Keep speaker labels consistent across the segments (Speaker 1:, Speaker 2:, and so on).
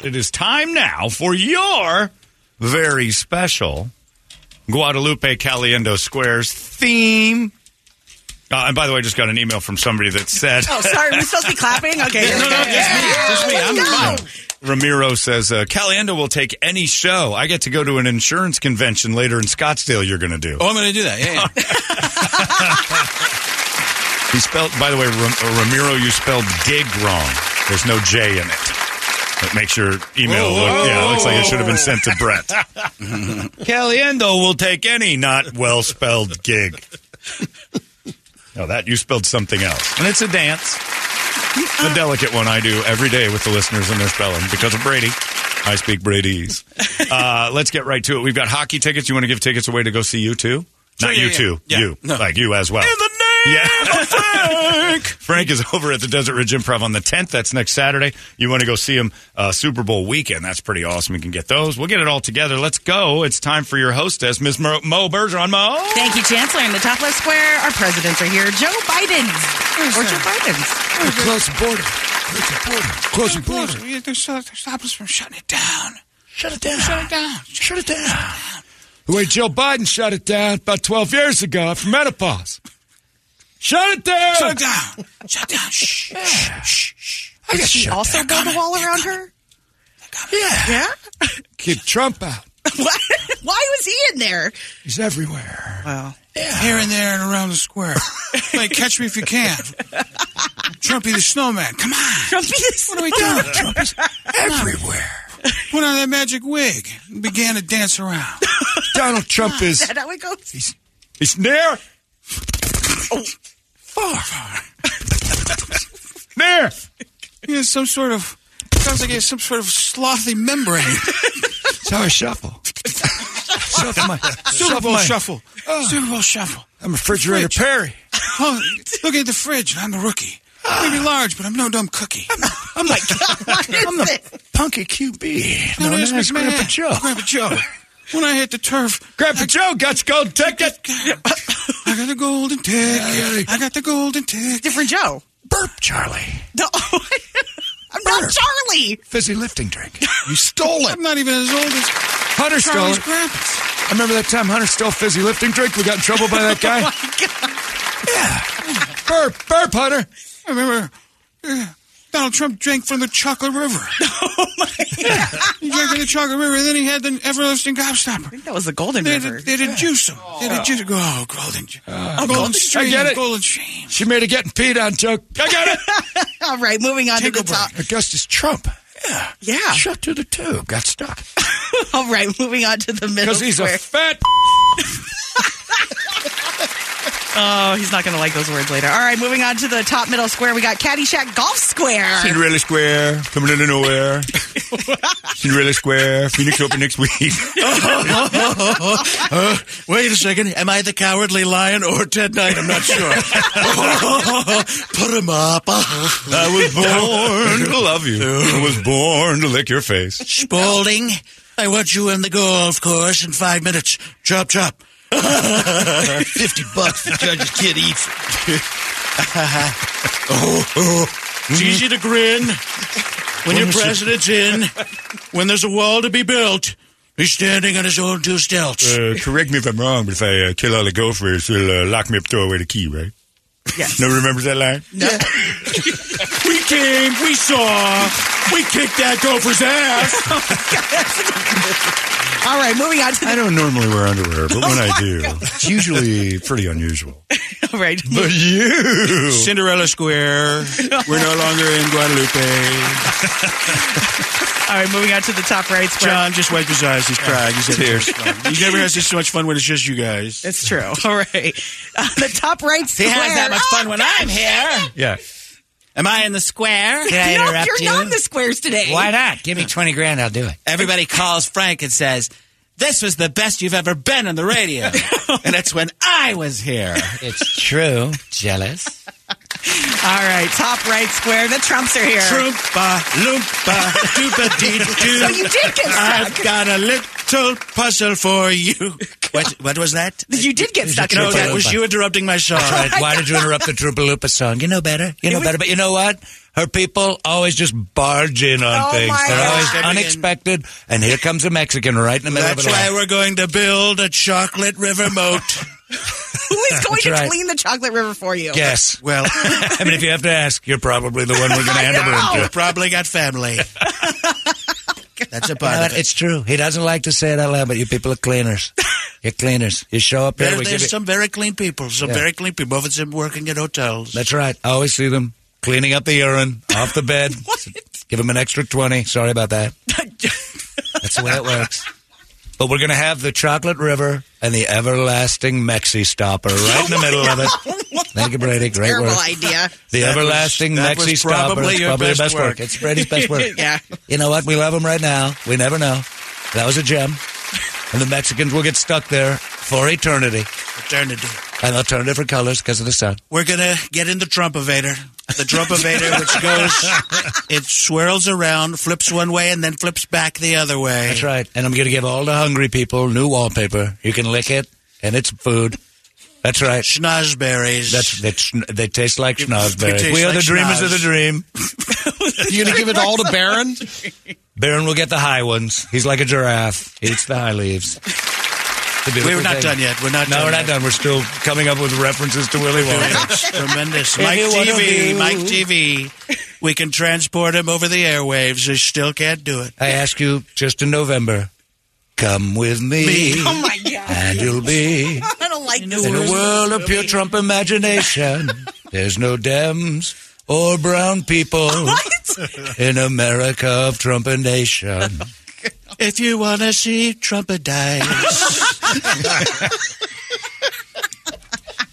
Speaker 1: It is time now for your very special Guadalupe Caliendo Squares theme. Uh, and by the way, I just got an email from somebody that said.
Speaker 2: Oh, sorry. We're supposed to be clapping? Okay. here we go.
Speaker 1: No, no, just me. Just me.
Speaker 2: Let's
Speaker 1: I'm
Speaker 2: go.
Speaker 1: fine. Ramiro says, uh, Caliendo will take any show. I get to go to an insurance convention later in Scottsdale you're going to do.
Speaker 3: Oh, I'm going to do that. Yeah, yeah.
Speaker 1: He spelled, by the way, Ram- uh, Ramiro, you spelled dig wrong. There's no J in it. That makes your email
Speaker 3: Whoa,
Speaker 1: look,
Speaker 3: whoa,
Speaker 1: yeah, it looks like it
Speaker 3: whoa.
Speaker 1: should have been sent to Brett. Caliendo will take any not well spelled gig. No, that you spelled something else. And it's a dance.
Speaker 3: Uh-uh.
Speaker 1: The delicate one I do every day with the listeners and their spelling because of Brady. I speak Brady's. Uh, let's get right to it. We've got hockey tickets. You want to give tickets away to go see you too? Not
Speaker 3: yeah,
Speaker 1: you
Speaker 3: yeah.
Speaker 1: too.
Speaker 3: Yeah.
Speaker 1: You.
Speaker 3: No.
Speaker 1: Like you as well.
Speaker 3: In the name
Speaker 1: yeah. Frank! is over at the Desert Ridge Improv on the 10th. That's next Saturday. You want to go see him uh, Super Bowl weekend. That's pretty awesome. You can get those. We'll get it all together. Let's go. It's time for your hostess, Miss Mo, Mo Bergeron. Mo.
Speaker 2: Thank you, Chancellor. In the top left square, our presidents are here. Joe Biden's. Or Joe Biden's.
Speaker 3: Close border. Close border. Close border. Stop us from shutting it down. Shut it down. Shut it down. Shut it down. The way Joe Biden shut it down about 12 years ago for menopause. Shut it down. Shut it down. Shut down. Shh. Shh. Shh.
Speaker 2: Does she also build a wall around her?
Speaker 3: Yeah.
Speaker 2: Yeah?
Speaker 3: Keep Trump out.
Speaker 2: What? Why was he in there?
Speaker 3: He's everywhere.
Speaker 2: Wow.
Speaker 3: Here and there and around the square. like, catch me if you can. Trumpy the snowman. Come on.
Speaker 2: Trumpy is
Speaker 3: What are we doing? Trump is everywhere. Put on that magic wig and began to dance around. Donald Trump is
Speaker 2: that how it goes?
Speaker 1: It's near.
Speaker 4: Oh,
Speaker 3: far.
Speaker 1: Near.
Speaker 3: He has some sort of sounds like he has some sort of slothy membrane.
Speaker 4: It's how I shuffle. shuffle my,
Speaker 3: Super
Speaker 4: shuffle
Speaker 3: Bowl
Speaker 4: my,
Speaker 3: shuffle. Super Bowl shuffle.
Speaker 4: I'm refrigerator Perry.
Speaker 3: Oh, look at the fridge. I'm a rookie. Maybe large, but I'm no dumb cookie.
Speaker 4: I'm like,
Speaker 2: What is
Speaker 4: I'm the
Speaker 2: it?
Speaker 4: punky QB.
Speaker 3: Now
Speaker 4: No,
Speaker 3: there's
Speaker 4: that's
Speaker 3: McMahon.
Speaker 4: Grandpa Joe.
Speaker 3: Grandpa Joe. When I hit the turf,
Speaker 4: Grandpa Joe got gold ticket.
Speaker 3: I got the golden ticket. I got the golden ticket.
Speaker 2: Different Joe.
Speaker 4: Burp, Charlie.
Speaker 2: No. I'm not Charlie.
Speaker 4: Fizzy lifting drink. You stole it.
Speaker 3: I'm not even as old as
Speaker 4: Hunter stole
Speaker 3: Charlie's
Speaker 4: it.
Speaker 3: grandpa's.
Speaker 4: I remember that time Hunter stole fizzy lifting drink. We got in trouble by that guy. Yeah. Burp, burp, Hunter.
Speaker 3: I remember uh, Donald Trump drank from the chocolate river. Oh my! he drank from the chocolate river, and then he had the everlasting gobstopper.
Speaker 2: That was the Golden
Speaker 3: They had, to,
Speaker 2: River.
Speaker 3: they had to juice him. They had to juice him. Oh, golden, oh, golden stream,
Speaker 4: Uh, I get it.
Speaker 3: golden stream.
Speaker 4: She made a getting peed on joke. I got it.
Speaker 2: All right, moving on to the
Speaker 3: Tinker
Speaker 2: top.
Speaker 4: Augustus Trump. Yeah.
Speaker 2: Yeah.
Speaker 4: Shut through the tube. Got stuck.
Speaker 2: All right, moving on to the middle
Speaker 4: Because he's
Speaker 2: square.
Speaker 4: a fat.
Speaker 2: oh, he's not going to like those words later. All right, moving on to the top middle square. We got Caddyshack Golf Square.
Speaker 1: Cinderella Square, coming out of nowhere. Cinderella Square, Phoenix Open next week.
Speaker 4: Wait a second. Am I the cowardly lion or Ted Knight? I'm not sure. Put him up. Ah.
Speaker 1: I was born to love you. I was born to lick your face.
Speaker 4: Spalding, I want you in the golf course in five minutes. Chop, chop. 50 bucks the judge's kid eats.
Speaker 5: Oh,
Speaker 1: Mm-hmm.
Speaker 5: It's easy to grin when your president's in. When there's a wall to be built, he's standing on his own two stilts.
Speaker 1: Uh, correct me if I'm wrong, but if I uh, kill all the gophers, you'll uh, lock me up, throw away the key, right?
Speaker 2: Yes.
Speaker 1: Nobody remembers that line?
Speaker 5: we came, we saw,
Speaker 3: We kicked that gopher's ass.
Speaker 2: All right, moving on to
Speaker 1: I
Speaker 2: the.
Speaker 1: don't normally wear underwear, but
Speaker 6: Oh
Speaker 1: when I do, it's usually pretty unusual.
Speaker 2: All right.
Speaker 1: But you.
Speaker 3: Cinderella Square. We're no longer in Guadalupe.
Speaker 2: All right, moving on to the top right square.
Speaker 3: John just wiped his eyes. He's crying. He's having so much fun. He never has this much fun when it's just you guys.
Speaker 2: It's true. All right. Uh, the top right square. Oh,
Speaker 6: fun when I'm here.
Speaker 1: Yeah.
Speaker 6: Am I in the square? Did I
Speaker 2: no,
Speaker 6: interrupt
Speaker 2: you're
Speaker 6: you?
Speaker 2: not in the squares today.
Speaker 6: Why not? Give me 20 grand, I'll do it. Everybody calls Frank and says, This was the best you've ever been on the radio. and it's when I was here. It's true. Jealous.
Speaker 2: All right, top right square. The Trumps are here.
Speaker 3: Troompa, loompa, doopa dee doo.
Speaker 2: So you did get
Speaker 3: I've
Speaker 2: stuck.
Speaker 3: got a little puzzle for you. What, what was that?
Speaker 2: You did get stuck. in
Speaker 3: No,
Speaker 2: the
Speaker 3: that
Speaker 2: middle.
Speaker 3: was you interrupting my song.
Speaker 6: Why did you interrupt the Drupalupa song? You know better. You know better. But you know what? Her people always just barge in on
Speaker 2: Oh,
Speaker 6: things.
Speaker 2: my
Speaker 6: They're
Speaker 2: God.
Speaker 6: always
Speaker 3: Stepping in.
Speaker 6: unexpected. And here comes a Mexican right in the middle
Speaker 3: That's
Speaker 6: of it. all.
Speaker 3: why we're going to build a chocolate river moat.
Speaker 2: Who is going to
Speaker 6: right.
Speaker 2: clean the chocolate river for you?
Speaker 6: Yes.
Speaker 3: Well,
Speaker 6: I mean, if you have to ask, you're probably the one we're going to hand over
Speaker 2: know.
Speaker 6: to.
Speaker 3: you probably got family. That's a
Speaker 6: You know
Speaker 3: part
Speaker 6: what?
Speaker 3: of it.
Speaker 6: It's true. He doesn't like to say it out loud, but you people are cleaners. You're cleaners. You show up here.
Speaker 3: There,
Speaker 6: We give
Speaker 3: there's
Speaker 6: you,
Speaker 3: some very clean people. Some
Speaker 6: Yeah.
Speaker 3: very clean people. Both of them working at hotels.
Speaker 6: that's right. I always see them cleaning up the urine off the bed. Give them an extra 20. Sorry about that. That's the way it works. But we're going to have the chocolate river and the everlasting Mexi stopper right in the middle of it. Thank you, Brady. Great
Speaker 2: Terrible
Speaker 6: work.
Speaker 2: idea.
Speaker 6: The
Speaker 3: That was-
Speaker 6: everlasting
Speaker 3: that
Speaker 6: Mexi
Speaker 3: was
Speaker 6: stopper.
Speaker 3: probably
Speaker 6: It's
Speaker 3: your
Speaker 6: probably
Speaker 3: best work.
Speaker 6: It's Brady's best work.
Speaker 2: Yeah.
Speaker 6: You know what? We love them right now. We never know. That was a gem. And the Mexicans will get stuck there for eternity.
Speaker 3: Eternity.
Speaker 6: And they'll turn different colors because of the sun.
Speaker 3: We're gonna get in the Trump evader. The Trump evader, which goes, it swirls around, flips one way, and then flips back the other way.
Speaker 6: That's right. And I'm going to give all the hungry people new wallpaper. You can lick it, and it's food. That's right.
Speaker 3: Schnozberries.
Speaker 6: That's, that's they taste like schnozberries.
Speaker 3: taste
Speaker 6: we are
Speaker 3: like
Speaker 6: the dreamers of the
Speaker 3: schnoz.
Speaker 6: dream.
Speaker 7: You gonna give it all to Baron?
Speaker 6: Baron will get the high ones. He's like a giraffe. He eats the high leaves. It's a beautiful
Speaker 3: We're not
Speaker 6: thing.
Speaker 3: done yet. We're not
Speaker 6: No,
Speaker 3: done
Speaker 6: we're
Speaker 3: yet.
Speaker 6: not done. We're still coming up with references to Willy Wonka.
Speaker 3: It's tremendous.
Speaker 6: If
Speaker 3: Mike
Speaker 6: you wanna
Speaker 3: TV,
Speaker 6: do-
Speaker 3: Mike TV. We can transport him over the airwaves. They still can't do it.
Speaker 6: I ask you just in November, come with me,
Speaker 3: Me.
Speaker 2: Oh my god.
Speaker 6: and you'll be
Speaker 2: I don't like this.
Speaker 6: in a
Speaker 2: version.
Speaker 6: world of pure Trump imagination. There's no Dems or brown people in America of Trump and nation.
Speaker 3: If you want to see Trumpadice,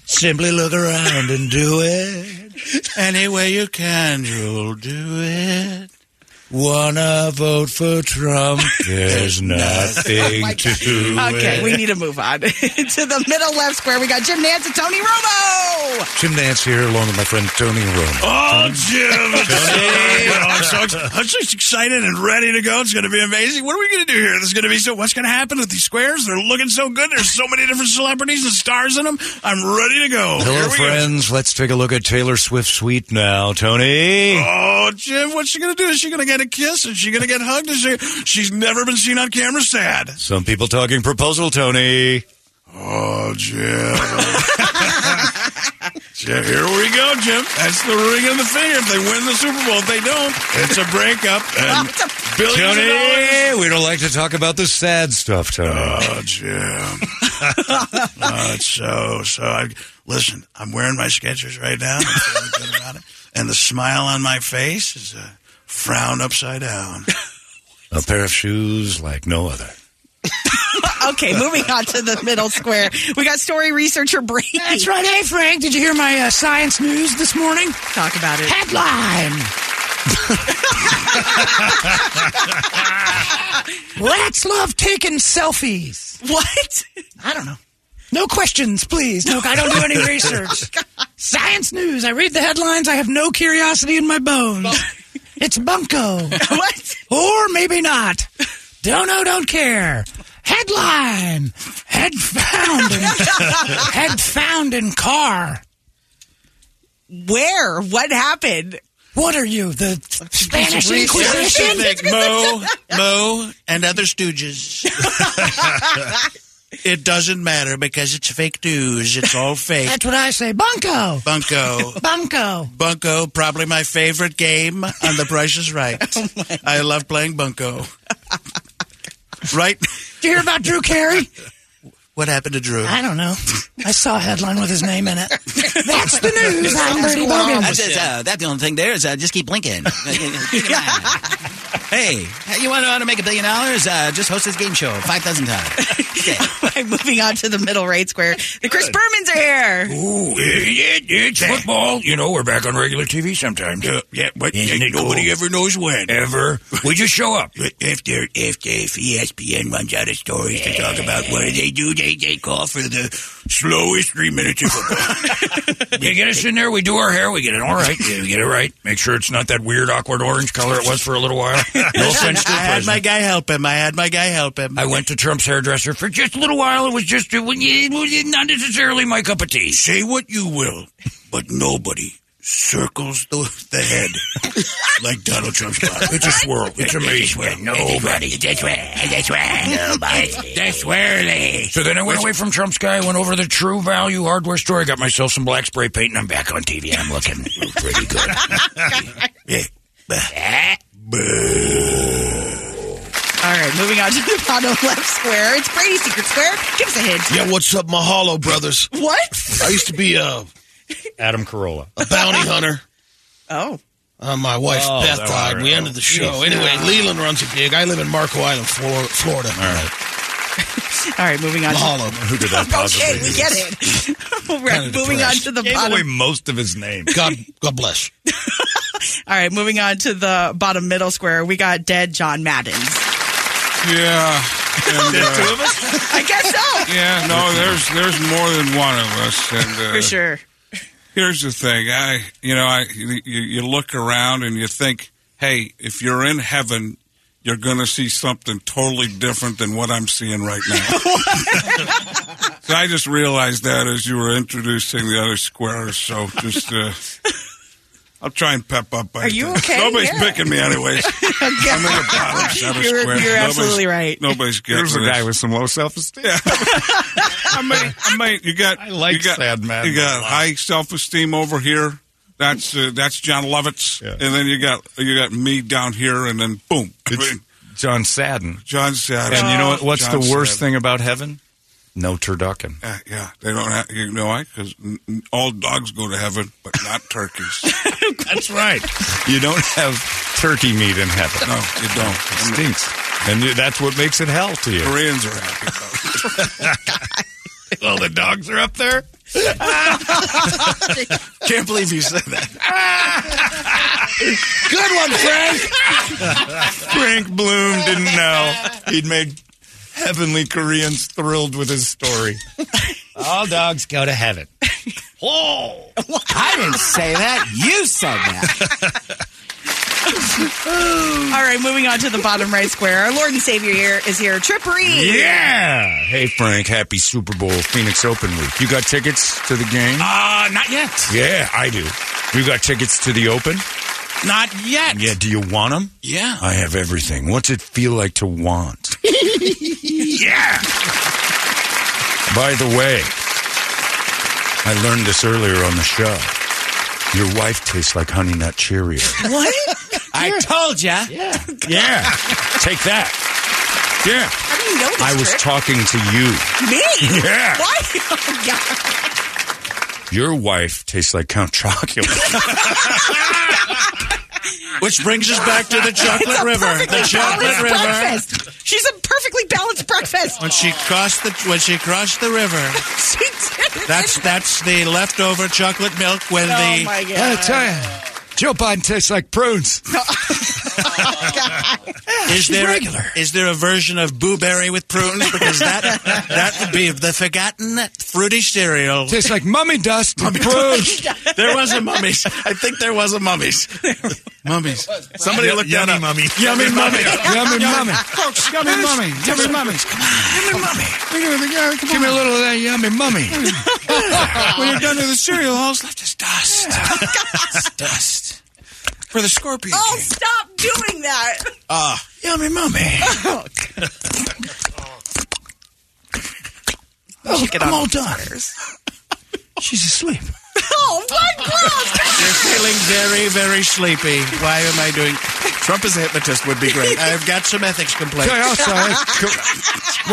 Speaker 6: Simply look around and do it.
Speaker 3: any way you can, you'll do it.
Speaker 6: Wanna vote for Trump? There's nothing to do.
Speaker 2: Oh Okay,
Speaker 6: it.
Speaker 2: we need to move on to the middle left square. We got Jim Nance and Tony Romo.
Speaker 6: Jim Nance here, along with my friend Tony Romo.
Speaker 3: Oh, Jim! I'm, so, I'm so excited and ready to go. It's going to be amazing. What are we going to do here? There's going to be so. What's going to happen with these squares? They're looking so good. There's so many different celebrities and stars in them. I'm ready to go.
Speaker 6: Hello,
Speaker 3: Here we go.
Speaker 6: friends. Let's take a look at Taylor Swift's suite now, Tony.
Speaker 3: Oh, Jim, what's she going to do? Is she going to get a kiss? Is she going to get hugged? Is she? She's never been seen on camera sad.
Speaker 6: Some people talking proposal, Tony.
Speaker 3: Oh, Jim. Jim, here we go, Jim. That's the ring on the finger. If they win the Super Bowl, if they don't, it's a breakup. And billions of dollars.
Speaker 6: Tony, we don't like to talk about the sad stuff, Tony.
Speaker 3: Oh, Jim.
Speaker 5: Uh,
Speaker 3: oh, it's so, so. I, listen, I'm wearing my Skechers right now. I'm feeling good about it. And the smile on my face is
Speaker 5: uh,
Speaker 3: a frown upside down.
Speaker 6: a pair of shoes like no other.
Speaker 2: Okay, moving on to the middle square. We got story researcher Brady.
Speaker 4: That's right. Hey, Frank, did you hear my uh, science news this morning?
Speaker 2: Talk about it.
Speaker 4: Headline. Let's love taking selfies.
Speaker 2: What?
Speaker 4: I don't know. No questions, please. No, I don't do any research. Science news. I read the headlines. I have no curiosity in my bones. it's bunko.
Speaker 2: What?
Speaker 4: Or maybe not. Don't know, don't care. Headline. Head found in, head found in car.
Speaker 2: Where? What happened?
Speaker 4: What are you, the Spanish Inquisition?
Speaker 3: Mo, Mo, and other stooges.
Speaker 5: It doesn't matter because it's fake news. It's all fake.
Speaker 8: That's what I say. Bunko.
Speaker 5: Bunko.
Speaker 8: Bunko.
Speaker 5: Bunko, probably my favorite game on The Price is Right. I love playing Bunko. right?
Speaker 8: Did you hear about Drew Carey?
Speaker 5: What happened to Drew?
Speaker 8: I don't know. I saw a headline with his name in it. That's the news. I'm Bertie Bogan.
Speaker 6: That's, just, uh, that's the only thing there is uh, just keep blinking. hey, you want to, want to make a billion dollars? Uh, just host this game show 5,000 times.
Speaker 2: I'm moving on to the middle right square. The Chris Bermans are here.
Speaker 4: Ooh, yeah, yeah, it's football. You know, we're back on regular TV sometimes. Yeah, yeah but nobody ever knows when. Ever. We just show up. If, they're, if, they- if E ESPN runs out of stories to talk about, what do they do? They, they call for the slowest three minutes of football. They get us in there. We do our hair. We get it all right. Yeah, we get it right. Make sure it's not that weird, awkward orange color it was for a little while. No offense to
Speaker 5: I
Speaker 4: the
Speaker 5: had
Speaker 4: president.
Speaker 5: my guy help him. I had my guy help him.
Speaker 4: I went to Trump's hairdresser for just a little while. It was just it was not necessarily my cup of tea.
Speaker 5: Say what you will, but nobody circles the, the head like Donald Trump's body.
Speaker 4: It's a swirl. It's amazing. Nobody. That's where. That's where. Nobody. That's where. So then I went away from Trump's guy. Went over to the True Value Hardware store. I got myself some black spray paint, and I'm back on TV. I'm looking pretty good. Yeah.
Speaker 2: All right, moving on to the bottom left square. It's Brady's Secret Square. Give us a hint.
Speaker 3: Yeah, what's up, Mahalo brothers?
Speaker 2: What?
Speaker 3: I used to be a,
Speaker 1: Adam Carolla.
Speaker 3: a bounty hunter.
Speaker 2: Oh.
Speaker 3: Uh, my wife
Speaker 1: Oh,
Speaker 3: Beth
Speaker 1: that
Speaker 3: died.
Speaker 1: were-
Speaker 3: We ended the show.
Speaker 1: Jeez.
Speaker 3: Anyway,
Speaker 1: Ah.
Speaker 3: Leland runs a gig. I live in Marco Island, Flor- Florida. All right.
Speaker 2: All right, moving on.
Speaker 3: Mahalo.
Speaker 1: Who could that possibly
Speaker 2: Okay, we
Speaker 1: be?
Speaker 2: get it. All right, moving on to the
Speaker 1: Gave
Speaker 2: bottom.
Speaker 1: away most of his name.
Speaker 3: God, God bless.
Speaker 2: All right, moving on to the bottom middle square. We got dead John Maddens.
Speaker 9: Yeah. And,
Speaker 1: There's
Speaker 9: uh,
Speaker 1: two of us?
Speaker 2: I guess so.
Speaker 9: yeah, no, there's there's more than one of us. And, uh,
Speaker 2: For sure.
Speaker 9: Here's the thing, I you know, I you, you look around and you think, hey, if you're in heaven, you're going to see something totally different than what I'm seeing right now. so I just realized that as you were introducing the other squares. So just, uh, I'll try and pep up. I
Speaker 2: Are you
Speaker 9: think.
Speaker 2: okay?
Speaker 9: Nobody's
Speaker 2: Yeah.
Speaker 9: picking me, anyways. I'm in the bottom set of
Speaker 2: You're-
Speaker 9: squares.
Speaker 2: you're
Speaker 9: Nobody's-
Speaker 2: absolutely right.
Speaker 9: Nobody's getting
Speaker 1: Here's a
Speaker 9: this.
Speaker 1: guy with some low self esteem.
Speaker 9: I mean, I mean, you got.
Speaker 1: I like
Speaker 9: you got,
Speaker 1: sad man.
Speaker 9: You got high self esteem over here. That's uh, that's John Lovitz,
Speaker 1: Yeah.
Speaker 9: and then you got you got me down here, and then boom, I mean,
Speaker 1: John Sadden.
Speaker 9: John said.
Speaker 1: And you know what, what's
Speaker 9: John
Speaker 1: the worst
Speaker 9: Sadden.
Speaker 1: thing about heaven? No turducken.
Speaker 9: Uh, yeah, they don't. Have, you know why? Because all dogs go to heaven, but not turkeys.
Speaker 1: That's right. You don't have turkey meat in heaven.
Speaker 9: no, you don't.
Speaker 1: It stinks. And you- that's what makes it hell to you.
Speaker 9: Koreans are happy. About it.
Speaker 1: Well, the dogs are up there.
Speaker 5: Can't believe you said that.
Speaker 3: Good one, Frank.
Speaker 1: Frank Bloom didn't know. He'd made heavenly Koreans thrilled with his story.
Speaker 10: All dogs go to heaven.
Speaker 1: Oh.
Speaker 6: I didn't say that. You said that.
Speaker 2: All right, moving on to the bottom right square. Our Lord and Savior here is here. Trip Reed.
Speaker 1: Yeah. Hey, Frank, happy Super Bowl Phoenix Open week. You got tickets to the game?
Speaker 4: Uh, not yet.
Speaker 1: Yeah, I do. You got tickets to the Open?
Speaker 4: Not yet.
Speaker 1: Yeah, do you want them?
Speaker 4: Yeah.
Speaker 1: I have everything. What's it feel like to want?
Speaker 4: Yeah.
Speaker 1: By the way, I learned this earlier on the show. Your wife tastes like Honey Nut Cheerios.
Speaker 6: I told ya.
Speaker 1: yeah. Take that. Yeah.
Speaker 2: I didn't know this.
Speaker 1: I was
Speaker 2: Trip.
Speaker 1: talking to you.
Speaker 2: me.
Speaker 1: Yeah.
Speaker 2: What? Oh, God.
Speaker 1: Your wife tastes like Count Chocula.
Speaker 5: Which brings us back to the
Speaker 2: It's
Speaker 5: chocolate
Speaker 2: a
Speaker 5: river.
Speaker 2: perfectly
Speaker 5: The chocolate
Speaker 2: balanced
Speaker 5: river.
Speaker 2: breakfast. She's a perfectly balanced breakfast.
Speaker 5: When she crossed the when she crossed the river,
Speaker 2: She did it.
Speaker 5: that's that's the leftover chocolate milk when
Speaker 2: Oh
Speaker 5: the
Speaker 2: my
Speaker 10: I
Speaker 2: god!
Speaker 10: tell you, Joe Biden tastes like prunes.
Speaker 5: is there is there a version of blueberry with prunes because that that would be the forgotten fruity cereal.
Speaker 10: Tastes like mummy dust. and prunes.
Speaker 5: There was a mummies. I think there was a mummies. Mummies. Somebody looked that up.
Speaker 1: mummy.
Speaker 5: Yummy mummy.
Speaker 10: Yummy mummy.
Speaker 9: Folks, yummy mummy, yummy mummies. Come on, yummy mummy.
Speaker 10: Give me a little of that yummy mummy.
Speaker 9: When you're done with the cereal, all's left is
Speaker 5: Dust. Dust.
Speaker 9: for the scorpion.
Speaker 2: Oh, stop doing that!
Speaker 5: Yummy mummy.
Speaker 2: Chicken
Speaker 11: I'm
Speaker 2: on
Speaker 11: all done. She's asleep.
Speaker 2: Oh, my God!
Speaker 5: You're feeling very, very sleepy. Why am I doing? Trump as a hypnotist would be great. I've got some ethics complaints.
Speaker 3: Tell you also, I co-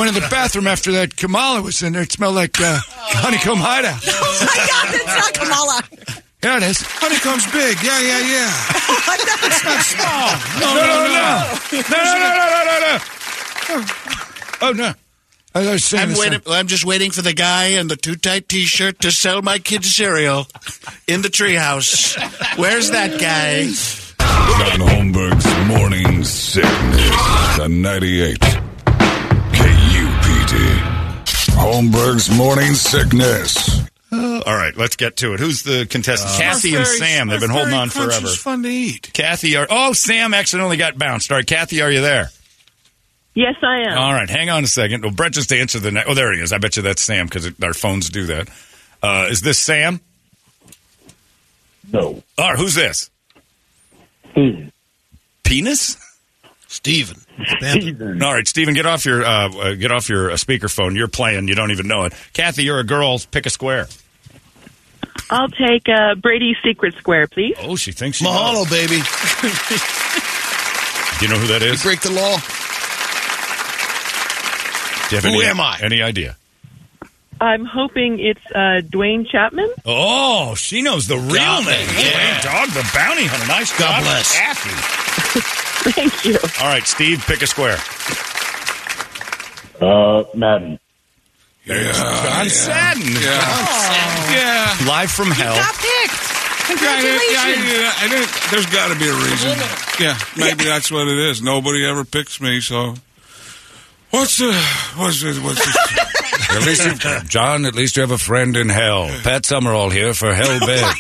Speaker 3: went in the bathroom after that Kamala was in there. It smelled like uh, honeycomb hideout.
Speaker 2: Oh my God, it's not Kamala.
Speaker 3: Here it is.
Speaker 9: Honeycomb's big. Yeah, yeah, yeah.
Speaker 2: it's
Speaker 9: not small.
Speaker 3: No, no, no, no, no, no, no, no, no. Oh no. I was saying
Speaker 5: I'm,
Speaker 3: this
Speaker 5: waiting, I'm just waiting for the guy in the too tight T-shirt to sell my kid cereal in the treehouse. Where's that guy?
Speaker 12: Don Holmberg's Morning Sickness. The 98. KUPD. Holmberg's Morning Sickness.
Speaker 1: All right, let's get to it. Who's the contestants?
Speaker 12: Uh,
Speaker 1: Kathy and
Speaker 12: Raspberry-
Speaker 1: Sam. They've been holding on
Speaker 12: raspberry crunch
Speaker 1: forever.
Speaker 12: is
Speaker 9: fun to eat.
Speaker 1: Kathy, are oh Sam accidentally got bounced. All right, Kathy, are you there?
Speaker 4: Yes, I am.
Speaker 1: All right, hang on a second. Well, Brett just answered the. Ne- oh, there he is. I bet you that's Sam because our phones do that. Uh, is this Sam? No. All right, who's this? Steven. Penis. Steven. Steven. All right, Steven, get off your uh, uh, get off your uh, speakerphone. You're playing. You don't even know it. Kathy, you're a girl. Pick a square.
Speaker 4: I'll take uh, Brady's secret square, please.
Speaker 1: Oh, she thinks she
Speaker 9: Mahalo, baby.
Speaker 1: Do you know who that is?
Speaker 9: break the law.
Speaker 1: Do you have
Speaker 9: Who
Speaker 1: any-
Speaker 9: am I?
Speaker 1: Any idea?
Speaker 4: I'm hoping it's uh, Dwayne Chapman.
Speaker 1: Oh, she knows the real name. Yeah. Dog the bounty hunter. Nice God job, bless. Kathy.
Speaker 4: Thank you.
Speaker 1: All right, Steve, pick a square.
Speaker 6: Uh, Madden.
Speaker 1: John Sadden.
Speaker 9: Yeah.
Speaker 1: Live from hell.
Speaker 2: Got picked.
Speaker 9: Yeah, I,
Speaker 2: Congratulations.
Speaker 9: yeah, I, didn't- there's got to be a reason. Yeah, maybe that's what it is. Nobody ever picks me, so. What's the. What's the. What's the
Speaker 13: At least you- John, at least you have a friend in hell. Pat Summerall here for Hell Bed.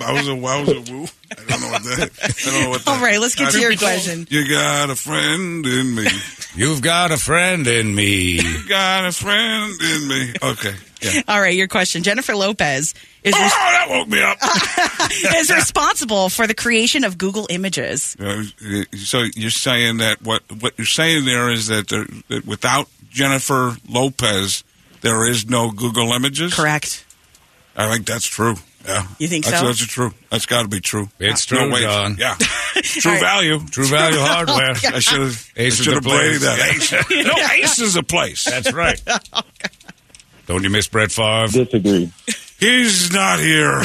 Speaker 9: I was a I was a woo. I don't know what that. I don't know what that.
Speaker 2: All right, let's get to
Speaker 9: I-
Speaker 2: your question.
Speaker 9: You got a friend in me.
Speaker 13: You've got a friend in me.
Speaker 9: Got a friend in me. Okay. Yeah.
Speaker 2: All right, your question. Jennifer Lopez is
Speaker 9: Oh, that woke me up.
Speaker 2: is responsible for the creation of Google Images.
Speaker 9: Uh, So you're saying that what what you're saying there is that, there, that without Jennifer Lopez, there is no Google Images.
Speaker 2: Correct.
Speaker 9: I think that's true. Yeah.
Speaker 2: You think
Speaker 9: that's,
Speaker 2: so?
Speaker 9: That's true. That's got to be true.
Speaker 13: It's
Speaker 9: No
Speaker 13: true,
Speaker 9: way.
Speaker 13: John.
Speaker 9: Yeah. True
Speaker 13: right.
Speaker 9: value.
Speaker 13: True value hardware.
Speaker 9: I should have. I
Speaker 13: Ace is
Speaker 9: should
Speaker 13: the
Speaker 9: have played
Speaker 13: place.
Speaker 9: that. Ace. No, Ace is a place.
Speaker 13: That's right. Don't you miss Brett Favre?
Speaker 6: Disagree.
Speaker 9: He's not here.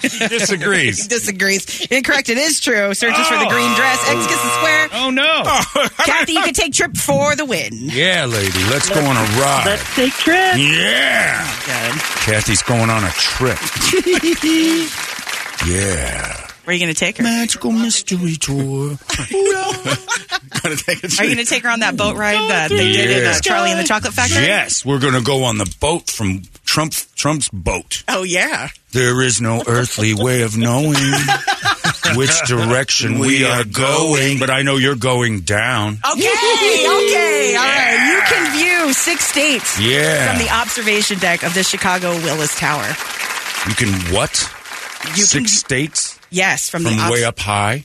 Speaker 1: he disagrees.
Speaker 2: He disagrees. Incorrect. It is true. Searches for the green dress. X gets the square.
Speaker 1: Oh no.
Speaker 2: Kathy, you can take trip for the win.
Speaker 13: Yeah, lady. Let's go on a ride.
Speaker 2: Let's take trip.
Speaker 13: Yeah. Kathy's going on a trip. Yeah.
Speaker 2: Where are you going to take her?
Speaker 5: Magical mystery tour.
Speaker 2: Are you going to take her on that boat ride that they did in uh,
Speaker 13: Yeah.
Speaker 2: Charlie and the Chocolate Factory?
Speaker 13: Yes, we're going to go on the boat from Trump Trump's boat.
Speaker 2: Oh yeah.
Speaker 13: There is no earthly way of knowing which direction we,
Speaker 1: We
Speaker 13: are
Speaker 1: are
Speaker 13: going, but I know you're going down.
Speaker 2: Okay. Okay. All right. You can view six states.
Speaker 13: Yeah.
Speaker 2: From the observation deck of the Chicago Willis Tower.
Speaker 13: You can what?
Speaker 2: You
Speaker 13: Six states
Speaker 2: Yes, from,
Speaker 13: from,
Speaker 2: the obs-
Speaker 13: way up high.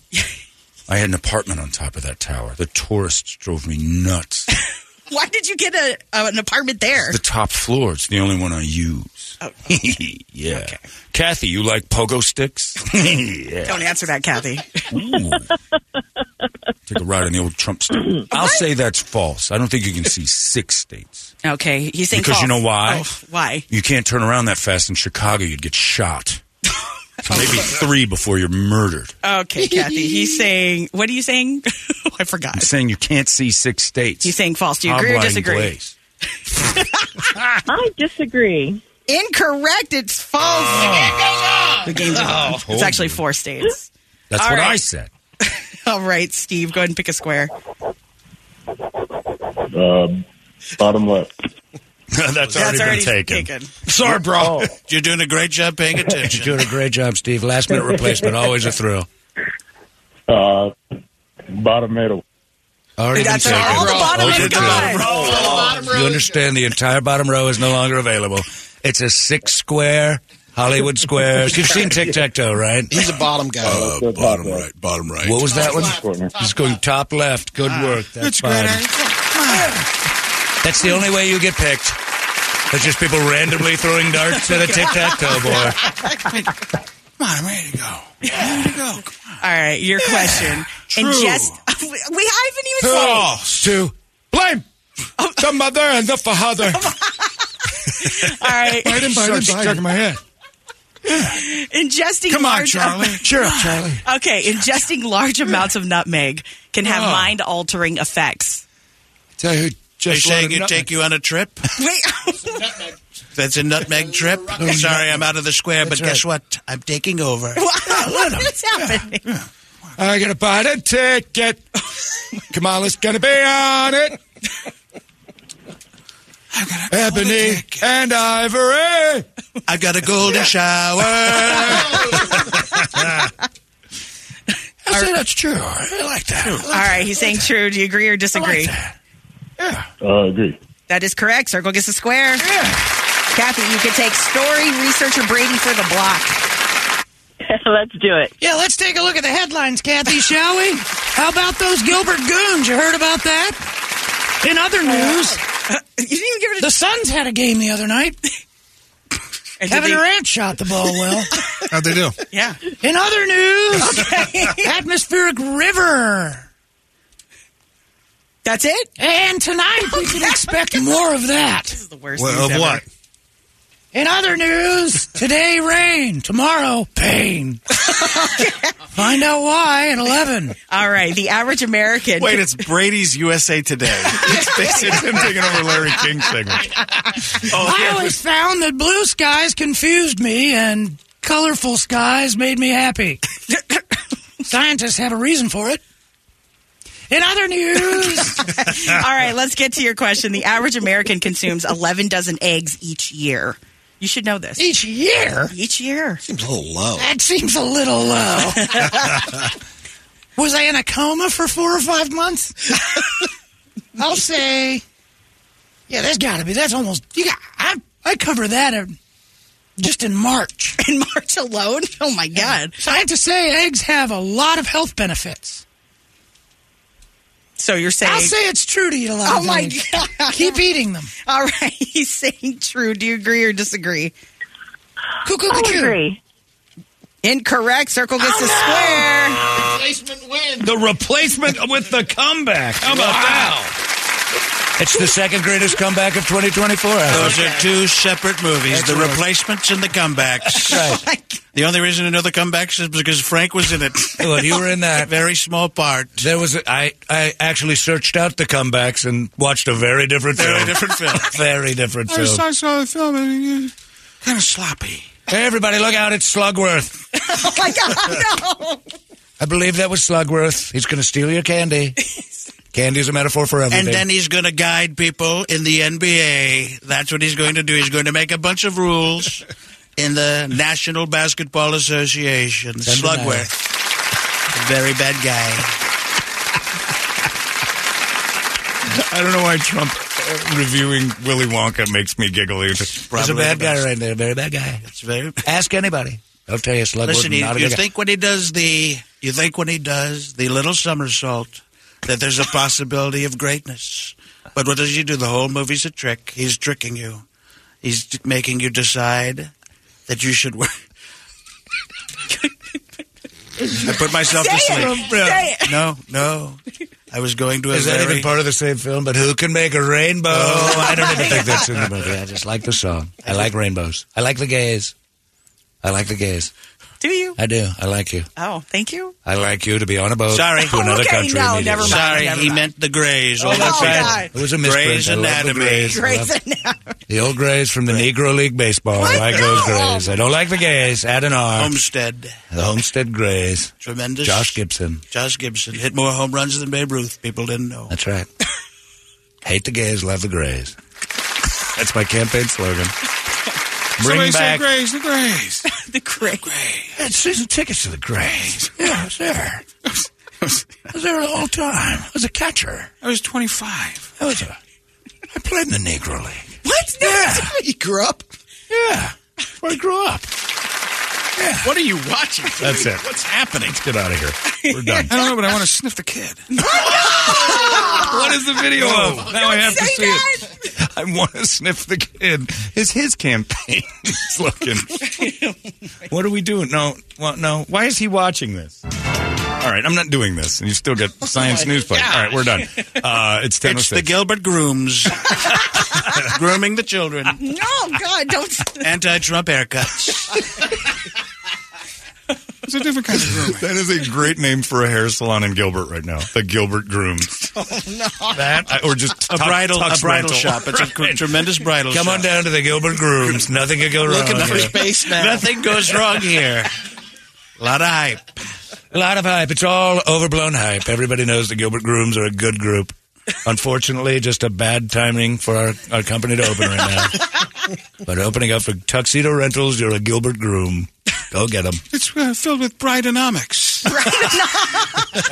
Speaker 13: I had an apartment on top of that tower. The tourists drove me nuts.
Speaker 2: Why did you get a, uh, an apartment there?
Speaker 13: The top floor, it's the only one I use. yeah. Kathy, you like pogo sticks? yeah.
Speaker 2: Don't answer that, Kathy.
Speaker 13: Take a ride on the old Trump stick. I'll say that's false. I don't think you can see six states.
Speaker 2: Okay, he's saying
Speaker 13: Because you
Speaker 2: false.
Speaker 13: know why?
Speaker 2: Oh, why?
Speaker 13: You can't turn around that fast in Chicago. You'd get shot. So maybe three before you're murdered.
Speaker 2: Okay, Kathy. He's saying. What are you saying? Oh, I forgot.
Speaker 13: I'm saying you can't see six states.
Speaker 2: He's saying false. Do you agree or
Speaker 13: Hobline
Speaker 2: disagree?
Speaker 13: Glaze.
Speaker 2: I disagree. Incorrect. It's false. The game's
Speaker 13: Oh.
Speaker 2: over. It's actually four states.
Speaker 13: That's
Speaker 2: All
Speaker 13: what
Speaker 2: right.
Speaker 13: I said.
Speaker 2: All right, Steve, go ahead and pick a square.
Speaker 6: Um, bottom left.
Speaker 1: That's already been taken.
Speaker 5: Sorry, bro. You're doing a great job paying attention.
Speaker 13: You're doing a great job, Steve. Last minute replacement, always a thrill.
Speaker 6: Uh, bottom middle.
Speaker 13: Already
Speaker 6: That's
Speaker 13: been taken.
Speaker 6: all the bottom
Speaker 13: Always
Speaker 6: is
Speaker 13: a thrill.
Speaker 6: gone.
Speaker 13: You understand the entire bottom row is no longer available. It's a six square Hollywood squares. You've seen tic tac toe, right? Oh,
Speaker 9: He's a bottom guy.
Speaker 13: Uh, bottom right, bottom right. What was that one? Just going top left. Good work. That's
Speaker 9: It's great.
Speaker 13: fine. That's the only way you get picked.
Speaker 6: It's just people randomly throwing darts
Speaker 1: Oh,
Speaker 6: at a tic tac toe board.
Speaker 3: Come on, I'm ready to go. I'm ready to go.
Speaker 2: All right, your question. And
Speaker 3: True.
Speaker 2: just we I haven't even said
Speaker 1: Oh.
Speaker 2: it.
Speaker 9: False to blame the mother and the father.
Speaker 2: All right.
Speaker 9: Biden, Biden, Biden. Stuck in my head.
Speaker 2: ingesting
Speaker 9: Come on,
Speaker 2: large
Speaker 9: Charlie. Cheer up, Charlie.
Speaker 2: Okay, ingesting large amounts of nutmeg can have
Speaker 5: Oh.
Speaker 2: mind altering effects.
Speaker 9: Tell you,
Speaker 5: They're
Speaker 2: just
Speaker 5: saying
Speaker 2: loaded
Speaker 5: it
Speaker 2: up.
Speaker 5: take you on a trip? That's a nutmeg trip? Sorry, I'm out of the square, but guess what? I'm taking over.
Speaker 2: What's happening?
Speaker 9: I gotta buy a ticket. Kamala's gonna be on it. Ebony and Ivory.
Speaker 5: I've got a golden shower.
Speaker 3: I say that's true. I like that.
Speaker 2: All right, he's saying true. Do you agree or disagree?
Speaker 13: Uh, agree.
Speaker 2: That is correct. Circle gets a square. Kathy, you could take story researcher Brady for the block.
Speaker 14: Let's do it.
Speaker 4: Yeah, let's take a look at the headlines, Kathy, shall we? How about those Gilbert Goons? You heard about that? In other news, the Suns had a game the other night.
Speaker 2: And
Speaker 4: Kevin
Speaker 2: did they-
Speaker 4: Durant shot the ball well.
Speaker 3: How'd they do?
Speaker 2: Yeah.
Speaker 4: In other news, atmospheric river.
Speaker 2: That's it.
Speaker 4: And tonight we can expect more of that.
Speaker 2: This is the worst.
Speaker 4: Well,
Speaker 2: news
Speaker 4: of
Speaker 2: ever.
Speaker 4: what? In other news, today rain, tomorrow pain. Find out why at 11.
Speaker 2: All right, the average American.
Speaker 5: Wait, it's Brady's USA Today. It's basically him taking over Larry King's segment.
Speaker 4: I always found that blue skies confused me and colorful skies made me happy. Scientists have a reason for it. In other news,
Speaker 2: All right, let's get to your question. The average American consumes 11 dozen eggs each year. You should know this.
Speaker 4: Each year?
Speaker 2: Each year. Seems
Speaker 15: a little low.
Speaker 4: that seems a little low. Was I in a coma for four or five months? I'll say, yeah, there's got to be. That's almost you got. I I cover that in, just in March.
Speaker 2: In March alone? Oh my God!
Speaker 4: So I have to say, eggs have a lot of health benefits.
Speaker 2: So you're saying.
Speaker 4: I'll say it's true to eat a lot.
Speaker 2: Oh
Speaker 4: of
Speaker 2: my
Speaker 4: eggs.
Speaker 2: God.
Speaker 4: Keep eating them.
Speaker 2: All right, he's saying true. Do you agree or disagree?
Speaker 4: Cuckoo, cuckoo.
Speaker 2: Incorrect. Circle gets a square.
Speaker 16: Placement win.
Speaker 1: The replacement with the comeback. How about that?
Speaker 6: It's the second greatest comeback of 2024. I
Speaker 5: Those
Speaker 6: think.
Speaker 5: are two separate movies
Speaker 6: That's
Speaker 5: The
Speaker 6: right.
Speaker 5: Replacements and The Comebacks.
Speaker 6: That's
Speaker 5: The only reason I know The Comebacks is because Frank was in it.
Speaker 6: Well, you were in that
Speaker 5: very small part.
Speaker 6: There was a, I I actually searched out the comebacks and watched a very different
Speaker 5: Very
Speaker 6: film.
Speaker 5: different film.
Speaker 6: very different
Speaker 2: Oh,
Speaker 9: I
Speaker 6: film.
Speaker 9: just I saw the film and it
Speaker 5: kind of sloppy.
Speaker 6: Hey, everybody, look out! It's Slugworth.
Speaker 2: oh my God! No.
Speaker 6: I believe that was Slugworth. He's going to steal your candy. candy is a metaphor for everything.
Speaker 5: And then he's going to guide people in the NBA. That's what he's going to do. He's going to make a bunch of rules in the National Basketball Association.
Speaker 6: Undeniable.
Speaker 5: Slugworth. Very bad guy.
Speaker 1: I don't know why Trump uh, reviewing Willy Wonka makes me giggle. He's
Speaker 6: he's a bad guy right there. Very bad guy.
Speaker 5: It's very.
Speaker 6: Ask anybody. I'll tell you, Slugworth.
Speaker 5: Listen, you,
Speaker 6: not a
Speaker 5: you
Speaker 6: good guy.
Speaker 5: think when he does the you think when he does the little somersault that there's a possibility of greatness. But what does he do? The whole movie's a trick. He's tricking you. He's t- making you decide that you should work. I put myself to
Speaker 6: Say it.
Speaker 5: sleep.
Speaker 6: Say it.
Speaker 5: No, no. I was going to a
Speaker 6: Is that
Speaker 5: very
Speaker 6: even part of the same film? But who can make a rainbow?
Speaker 5: Oh,
Speaker 6: I don't even
Speaker 5: my
Speaker 6: think that's in
Speaker 5: God.
Speaker 6: the movie. I just like the song. I like rainbows. I like the gays. I like the gays.
Speaker 2: Do you?
Speaker 6: I do. I like you.
Speaker 2: Oh, thank you.
Speaker 6: I like you to be on a boat
Speaker 5: Sorry.
Speaker 2: Oh,
Speaker 6: to another country. immediately.
Speaker 5: Sorry, he meant the Greys. All
Speaker 6: Oh,
Speaker 5: that
Speaker 6: God. It was a misprint.
Speaker 5: Grey's
Speaker 6: I love the
Speaker 5: Anatomy.
Speaker 6: Greys. I love-
Speaker 2: Grey's
Speaker 6: The old Greys from the Negro League Baseball. I like those Greys. I don't like the gays. Add an R.
Speaker 5: Homestead.
Speaker 6: The Homestead Greys.
Speaker 5: Tremendous.
Speaker 6: Josh Gibson.
Speaker 5: Josh Gibson hit more home runs than Babe Ruth. People didn't know.
Speaker 6: That's right. Hate the gays, love the Greys. That's my campaign slogan. Bring
Speaker 9: Somebody say
Speaker 6: back
Speaker 9: Grays, the Grays.
Speaker 2: the Grays.
Speaker 9: It's season tickets to the Grays. Yeah, I was there. I was there the whole time. I was a catcher. I was 25. I was a... I played in the Negro League.
Speaker 2: What?
Speaker 9: Yeah. you grew up? Yeah. Where I grew up.
Speaker 3: What are you watching?
Speaker 1: That's it.
Speaker 3: What's happening?
Speaker 1: Let's get out of here. We're done.
Speaker 3: I don't know, but I want to sniff the kid.
Speaker 1: what is the video
Speaker 3: No,
Speaker 1: of?
Speaker 3: don't
Speaker 1: Now I have to
Speaker 3: say
Speaker 1: see it. I want to sniff the kid. Is his campaign slogan? what are we doing? No, well, no. Why is he watching this? All right, I'm not doing this. And you still get
Speaker 3: Oh
Speaker 1: science news play. All right, we're done. Uh, it's ten.
Speaker 5: It's the Gilbert Grooms grooming the children.
Speaker 2: No, God, don't.
Speaker 5: Anti-Trump haircuts.
Speaker 1: It's a different kind of groom. that is a great name for a hair salon in Gilbert right now. The Gilbert Grooms.
Speaker 2: Oh, no.
Speaker 1: That I- or just
Speaker 5: A
Speaker 1: Tux-
Speaker 5: bridal-
Speaker 1: Tux
Speaker 5: a bridal
Speaker 1: rental.
Speaker 5: shop. It's a gr- tremendous bridal
Speaker 6: Come
Speaker 5: shop.
Speaker 6: on down to the Gilbert Grooms. Nothing could go wrong.
Speaker 5: Looking for
Speaker 6: here.
Speaker 5: space now. Nothing goes wrong here.
Speaker 6: A lot of hype. A lot of hype. It's all overblown hype. Everybody knows the Gilbert Grooms are a good group. Unfortunately, just a bad timing for our, our company to open right now. but opening up for tuxedo rentals, you're a Gilbert Groom. Go get them.
Speaker 7: It's uh, filled with brideonomics.
Speaker 1: All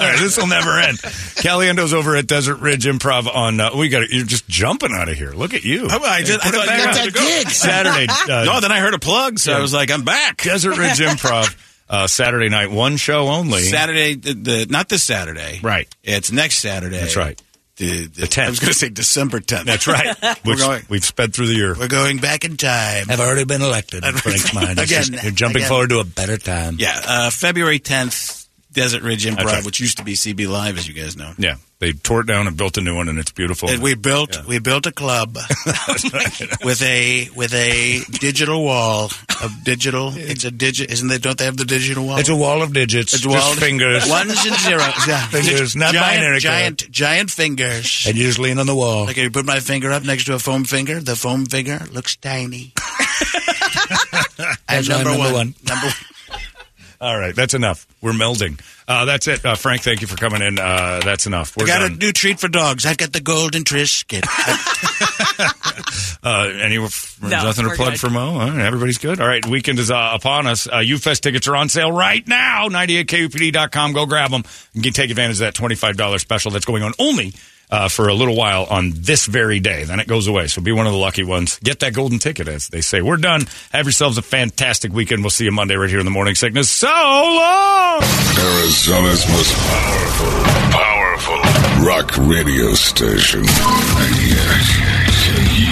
Speaker 1: right, this will never end. Caliendo's over at Desert Ridge Improv on. Uh, we got you're just jumping out of here. Look at you.
Speaker 3: Oh, I did-
Speaker 1: Put
Speaker 3: I
Speaker 1: it
Speaker 3: thought you
Speaker 1: back
Speaker 3: got
Speaker 1: on.
Speaker 3: that gig.
Speaker 1: Saturday.
Speaker 6: uh,
Speaker 3: No, then I heard a plug, so I was like, I'm back.
Speaker 1: Desert Ridge Improv uh, Saturday night, one show only.
Speaker 3: Saturday, the, the not this Saturday.
Speaker 1: Right.
Speaker 3: It's next Saturday.
Speaker 1: That's right.
Speaker 3: The, the,
Speaker 1: 10th.
Speaker 3: I was going to say December 10th.
Speaker 1: That's right.
Speaker 3: We're
Speaker 1: Which
Speaker 3: going.
Speaker 1: we've sped through the year.
Speaker 5: We're going back in time.
Speaker 6: I've already been elected. in Frank's mind. It's
Speaker 3: Again.
Speaker 6: just- you're jumping
Speaker 3: Again.
Speaker 6: forward to a better time.
Speaker 3: Yeah. Uh, February 10th, Desert Ridge Improv,
Speaker 1: That's right.
Speaker 3: which used to be CB Live, as you guys know.
Speaker 1: Yeah, they tore it down and built a new one, and it's beautiful.
Speaker 5: And we built we built a club with a with a digital wall of digital. It's a digit, isn't it? Don't they have the digital wall?
Speaker 6: It's a wall of digits.
Speaker 5: It's a wall
Speaker 6: Just fingers.
Speaker 5: ones and zeros. Yeah.
Speaker 6: Fingers, not
Speaker 5: giant,
Speaker 6: binary code.
Speaker 5: Giant, giant fingers.
Speaker 6: And you just lean on the wall.
Speaker 5: Like if you put my finger up next to a foam finger, the foam finger looks tiny.
Speaker 1: That's
Speaker 5: I'm
Speaker 1: why I'm
Speaker 5: number
Speaker 1: number
Speaker 5: one.
Speaker 1: one.
Speaker 5: Number one.
Speaker 1: All right, that's enough. We're melding. Uh, that's it, uh, Frank. Thank you for coming in. Uh, that's enough.
Speaker 5: I
Speaker 1: We're
Speaker 5: got
Speaker 1: done.
Speaker 5: a new treat for dogs. I've got the golden Trisket.
Speaker 1: Uh, any
Speaker 5: No,
Speaker 1: nothing to
Speaker 5: we're
Speaker 1: plug
Speaker 5: good.
Speaker 1: for Mo? All right, everybody's good. All right, weekend is uh, upon us. Uh, UFest tickets are on sale right now. 98kupd.com. Go grab them and get, take advantage of that $25 special that's going on only uh, for a little while on this very day. Then it goes away. So be one of the lucky ones. Get that golden ticket, as they say. We're done. Have yourselves a fantastic weekend. We'll see you Monday right here in the morning sickness. So long!
Speaker 17: Arizona's most powerful, powerful rock radio station. 98